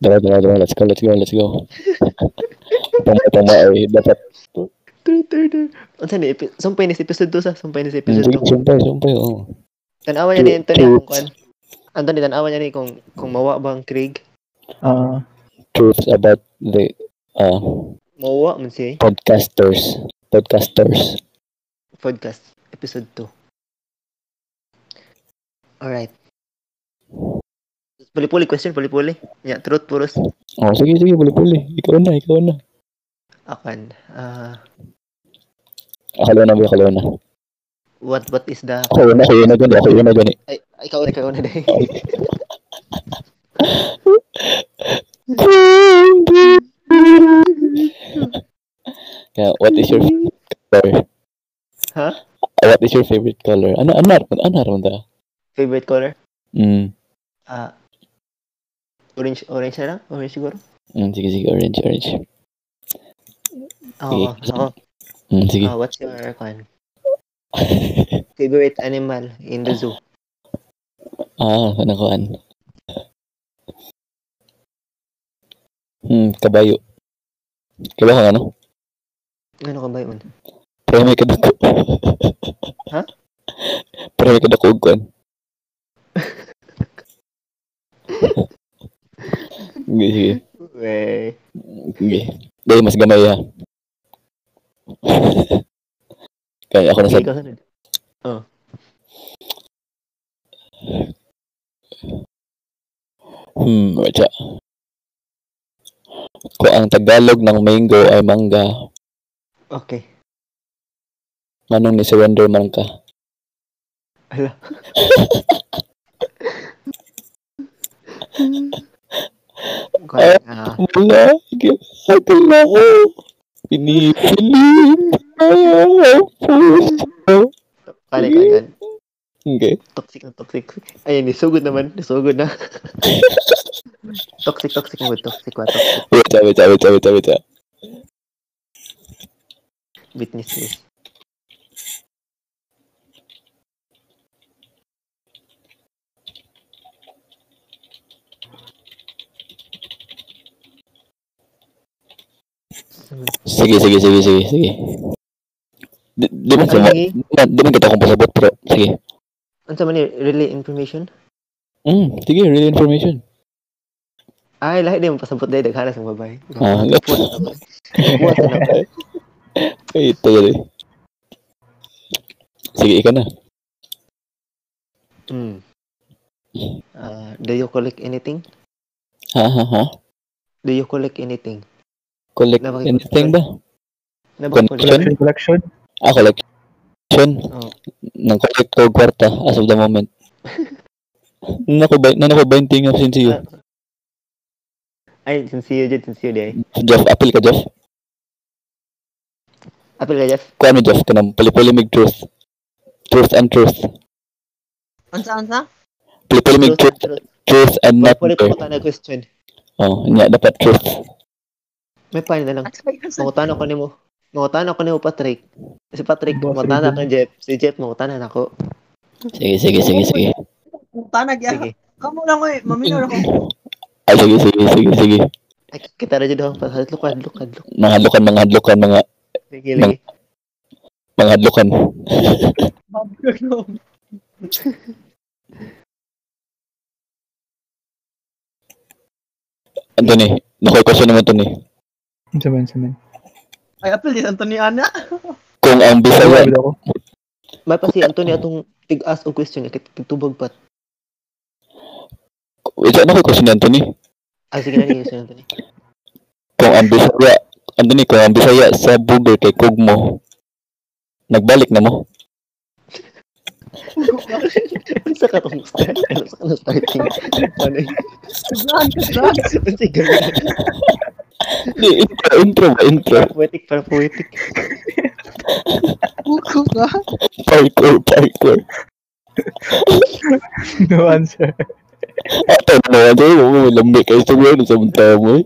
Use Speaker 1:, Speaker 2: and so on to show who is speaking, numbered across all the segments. Speaker 1: Dala, dala, dala. Let's go, let's go, let's go. Tama, tama. Ay, dapat.
Speaker 2: Unsa ni epi- sumpay ni sa episode 2 sa sumpay ni sa episode
Speaker 1: Hindi,
Speaker 2: 2.
Speaker 1: sumpay, sumpay. Oh.
Speaker 2: Tanawa niya ni Anthony kung kan. Anthony tanawa niya ni kung kung mawa bang Craig.
Speaker 3: Oo.
Speaker 1: Truths about the uh,
Speaker 2: Mawa man siya eh.
Speaker 1: podcasters. Podcasters.
Speaker 2: podcast episode 2. Alright. Puli-puli question, Ya, puli-puli. Yeah, truth puros.
Speaker 1: Oh, sige, sige. Puli-puli. Ikaw na, ikaw na.
Speaker 2: Akan. ah
Speaker 1: Akala na ba, akala na.
Speaker 2: what what is the eh,
Speaker 1: Ako yun, ako yun na gani, ako yun na gani.
Speaker 2: ay, ay, ikaw na ikaw na dai.
Speaker 1: Yeah, what is your favorite color?
Speaker 2: Ha?
Speaker 1: What is your favorite color? Ano, ano, ano, ano, ano, ano,
Speaker 2: Favorite color?
Speaker 1: Mm,
Speaker 2: Ah orange orange na lang? Orange siguro?
Speaker 1: mm, sige, sige, orange, orange.
Speaker 2: Oo.
Speaker 1: Sige.
Speaker 2: ako.
Speaker 1: Mm, sige.
Speaker 2: Ah, what's your kan? Favorite animal in the zoo?
Speaker 1: Ah, ano ko, ano? Hmm, kabayo. Kabayo ka, ano?
Speaker 2: Ano ka ba yun?
Speaker 1: Pero may kadako.
Speaker 2: Ha?
Speaker 1: Pero may kadako, ug kuan. Sige, sige.
Speaker 2: Wey.
Speaker 1: Okay. Dahil mas gamay ha. Kaya ako na sa...
Speaker 2: Sige, ikaw sunod.
Speaker 1: Hmm, watcha. Kung ang Tagalog ng mango ay mangga,
Speaker 2: Okay.
Speaker 1: manong ni Surrender man ka.
Speaker 2: Ala. Kuan, ah,
Speaker 1: Wala, ginagawa na ako. Pinipilit na ang puso.
Speaker 2: kuan, kuan, kuan.
Speaker 1: Okay.
Speaker 2: Toxic na toxic. Ayun, isugod naman. Isugod na. toxic, toxic mo. Toxic wa. Toxic.
Speaker 1: Wait, wait, wait, wait, wait, wait.
Speaker 2: Witness this.
Speaker 1: Sige, sige, sige, sige, sige. Di, di man sama,
Speaker 2: Sige.
Speaker 1: di man, di man kita akong pasabot, pero sige.
Speaker 2: Ano sa man ni relay information?
Speaker 1: Hmm, sige, real information.
Speaker 2: Ay, lahat din mo pasabot dahil daghanas ang babae.
Speaker 1: Ah,
Speaker 2: Buwan na ba? Buwan na ba?
Speaker 1: Ay, tagal eh. Sige, ikaw na.
Speaker 2: Hmm. Ah, do you collect anything?
Speaker 1: Ha, ha, ha?
Speaker 2: Do you collect anything?
Speaker 1: Collect
Speaker 2: Nabaki-
Speaker 1: anything ba?
Speaker 2: Nabakapulit.
Speaker 3: Collection, collection.
Speaker 1: Ah, collection.
Speaker 2: Oo.
Speaker 1: Nang collect ko kwarta as of the moment. Nanako ba, nanako ba yung tingap since you?
Speaker 2: Ay, sincere dyan, sincere dyan.
Speaker 1: Jeff, apil ka, Jeff.
Speaker 2: Apil ka, Jeff.
Speaker 1: Kuha mo, Jeff, ka ng palipulimig truth. Truth and truth.
Speaker 4: Unsa unsa?
Speaker 1: Palipulimig truth, truth and not
Speaker 2: Pwede
Speaker 1: dare.
Speaker 2: na question.
Speaker 1: Oh, niya, dapat truth.
Speaker 2: May paano na lang.
Speaker 4: Unsa ba yun?
Speaker 2: Mangutana ko ni mo. Mangutana ko ni mo, Patrick. Si Patrick,
Speaker 3: Boss,
Speaker 2: mangutana kay Jeff. Si Jeff, mangutana na ako.
Speaker 1: Sige, sige, sige, sige.
Speaker 4: Tanag ya.
Speaker 2: Sige.
Speaker 4: Kamo lang oy, maminor ako.
Speaker 1: Ay, sige, sige, sige, sige.
Speaker 2: Ay, kita na dyan ako. Hadlok, hadlok, hadlok.
Speaker 1: Mga hadlukan, mga hadlukan, mga,
Speaker 2: Sige, sige.
Speaker 1: mga hadlukan.
Speaker 4: Mabulog.
Speaker 1: Anthony, nakuha question naman, Anthony.
Speaker 3: Ano man, ano man.
Speaker 4: Ay apil din Anthony Ana.
Speaker 1: Kung ang Bisaya,
Speaker 3: Ano ako?
Speaker 2: May pa si Anthony atong tig-ask o question. Kit- Titubag pa.
Speaker 1: ito, nakuha question ni Anthony.
Speaker 2: Ah, sige na niya si Anthony.
Speaker 1: Kung ang Bisaya, Anthony, kung ang Bisaya sa Burger kay Kugmo, nagbalik na mo.
Speaker 2: Sa katong start. Sa katong starting. Ano yun?
Speaker 4: Saan ka saan?
Speaker 2: Sige, sige.
Speaker 1: Di, intro, intro ba, intro.
Speaker 2: Parang poetic, parang poetic.
Speaker 4: Buko ka.
Speaker 1: Parkour, parkour.
Speaker 3: No answer.
Speaker 1: Ato na naman, Anthony, mo, may lambi kayo sa mga sa mga mo. eh.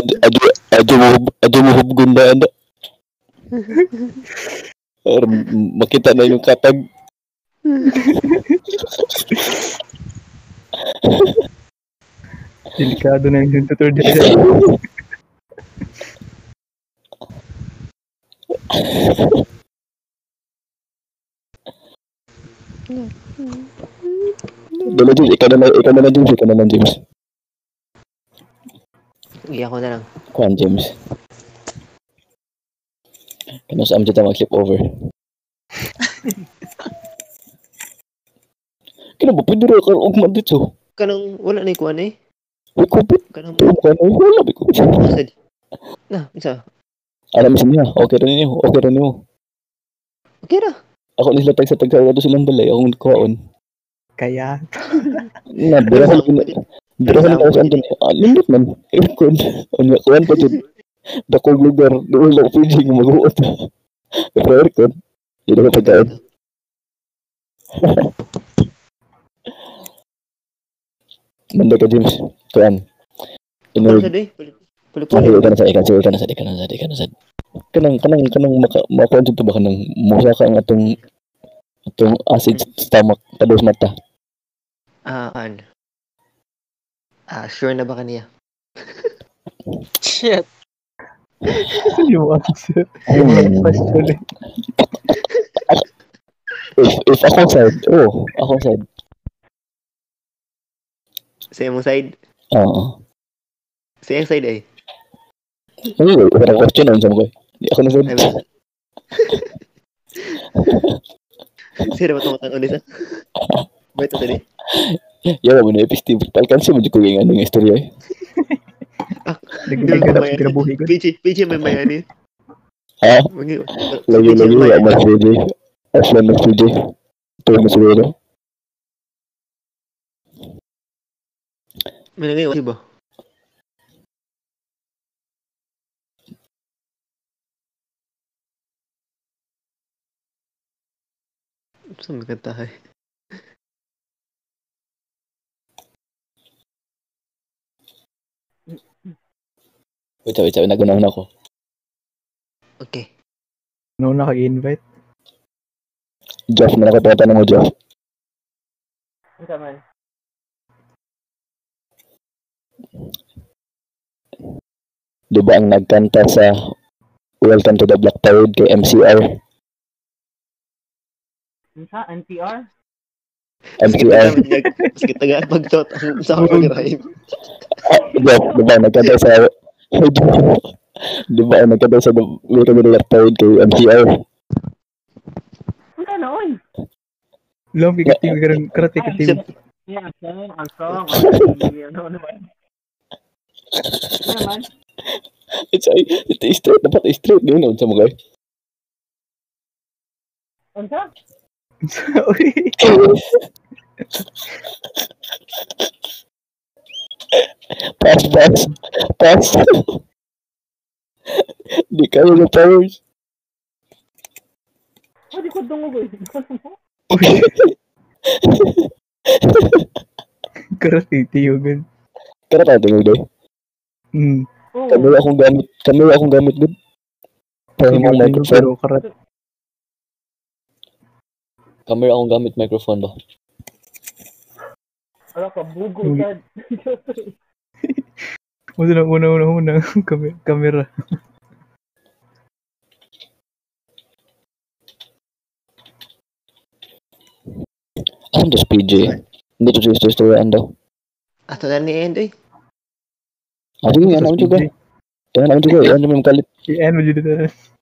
Speaker 1: Ad- adyo- Adyo mo, hub- adyo mo hubgun na, ano. Or, m- makita na yung katag.
Speaker 3: Delikado na yung tutor dyan.
Speaker 1: Dala James, ikaw na lang, ikaw na lang James, ikaw na lang James.
Speaker 2: Sige, ako na lang.
Speaker 1: Kwan James. Kan Kano sa amdita mag-flip over. Kano ba, pwede rin ako ugman dito.
Speaker 2: Kanang wala na ikuan eh.
Speaker 1: May kupit,
Speaker 2: Kanang
Speaker 1: may kwan, may wala, may kupit.
Speaker 2: Asad. Na, isa.
Speaker 1: Alam ah. mo niya, okay rin niyo, okay rin niyo.
Speaker 2: Okay ra.
Speaker 1: Ako nila tag sa tagsawa doon silang balay, akong kuhaon.
Speaker 3: Kaya,
Speaker 1: Na, dira sa dira sa tao sa andun. Ah, lindot man. Ikon. Ano, kuhan pa dyan. Dakong lugar, doon lang pwede nga mag-uot. Pero aircon, yun ako pagkain. Banda ka, James. Kuhan. Inord,
Speaker 2: Asad eh. Puli-puli.
Speaker 1: Sige ka na sad, ikaw, sige ka na sad, ikaw na sad, ikaw na sad. Kanang, kanang, kanang, maka, makuha to ba kanang, musa ka ang atong, atong acid stomach, tados mata.
Speaker 2: Ah, an. Ah, sure na ba kaniya?
Speaker 5: Shit.
Speaker 3: yung answer. Yung
Speaker 1: Hmm.
Speaker 3: question eh.
Speaker 1: If, if ako sad, oh, ako sad.
Speaker 2: Sa imong side?
Speaker 1: Oo.
Speaker 2: Sa iyang side eh.
Speaker 1: Ano yun? Wala ko eh, question on sa mga. Di ako na sad.
Speaker 2: Ay, ba? Sira ba tumatang ulit ah? Ba ito tali?
Speaker 1: Yawa mo na epistive. Talkansi mo di ko yung ano yung istorya eh.
Speaker 3: Nagkagap sa kinabuhi ko.
Speaker 2: Pichi, pichi may mayani.
Speaker 1: Ha?
Speaker 2: Mangi-
Speaker 1: Lagi,
Speaker 2: Pichi,
Speaker 1: lagi,
Speaker 2: may-
Speaker 1: wala mas PJ. Offline mas PJ. Tulog na siguro.
Speaker 2: May nangyay, wala ba? Saan may kanta eh?
Speaker 1: Wait, wait, wait. Nagunahan ako.
Speaker 2: Okay.
Speaker 3: Noon naka-invite.
Speaker 1: Jeff, na nakapagtanong mo, Jeff. Di ba ang nagkanta sa Welcome to the Black Parade kay MCR?
Speaker 2: Sige,
Speaker 1: MCR.
Speaker 2: tagaan, nag- Sige, tagaan magtot. Ang sa ako kirahin.
Speaker 1: Jeff, di ba ang nagkanta sa... di ba ang nagkanta sa the- Welcome to the Black Parade kay MCR?
Speaker 3: Lom, kikating ka rin. Karate kikating.
Speaker 1: It's ay, it is straight. Dapat is straight. Ganyan naman sa mga.
Speaker 3: Uy,
Speaker 1: Pass, pass. Pass. Di kayo na powers.
Speaker 3: karate tiyugan.
Speaker 1: Kaya tayo tingin doy.
Speaker 3: Hmm.
Speaker 1: Kamila akong gamit. Kamila akong gamit doon. Kamila akong
Speaker 3: Tiyugan
Speaker 1: microphone.
Speaker 3: pero karate.
Speaker 1: Kamila akong gamit microphone ba?
Speaker 3: Muna lang, una, una, una. Kami- Kamera.
Speaker 1: Ano to PJ? Hindi to sister story ando.
Speaker 2: Ato na ni End eh.
Speaker 1: Ano yun? Ano yun? Ano yun? Ano yun? Ano yun?
Speaker 3: I-end mo dito na.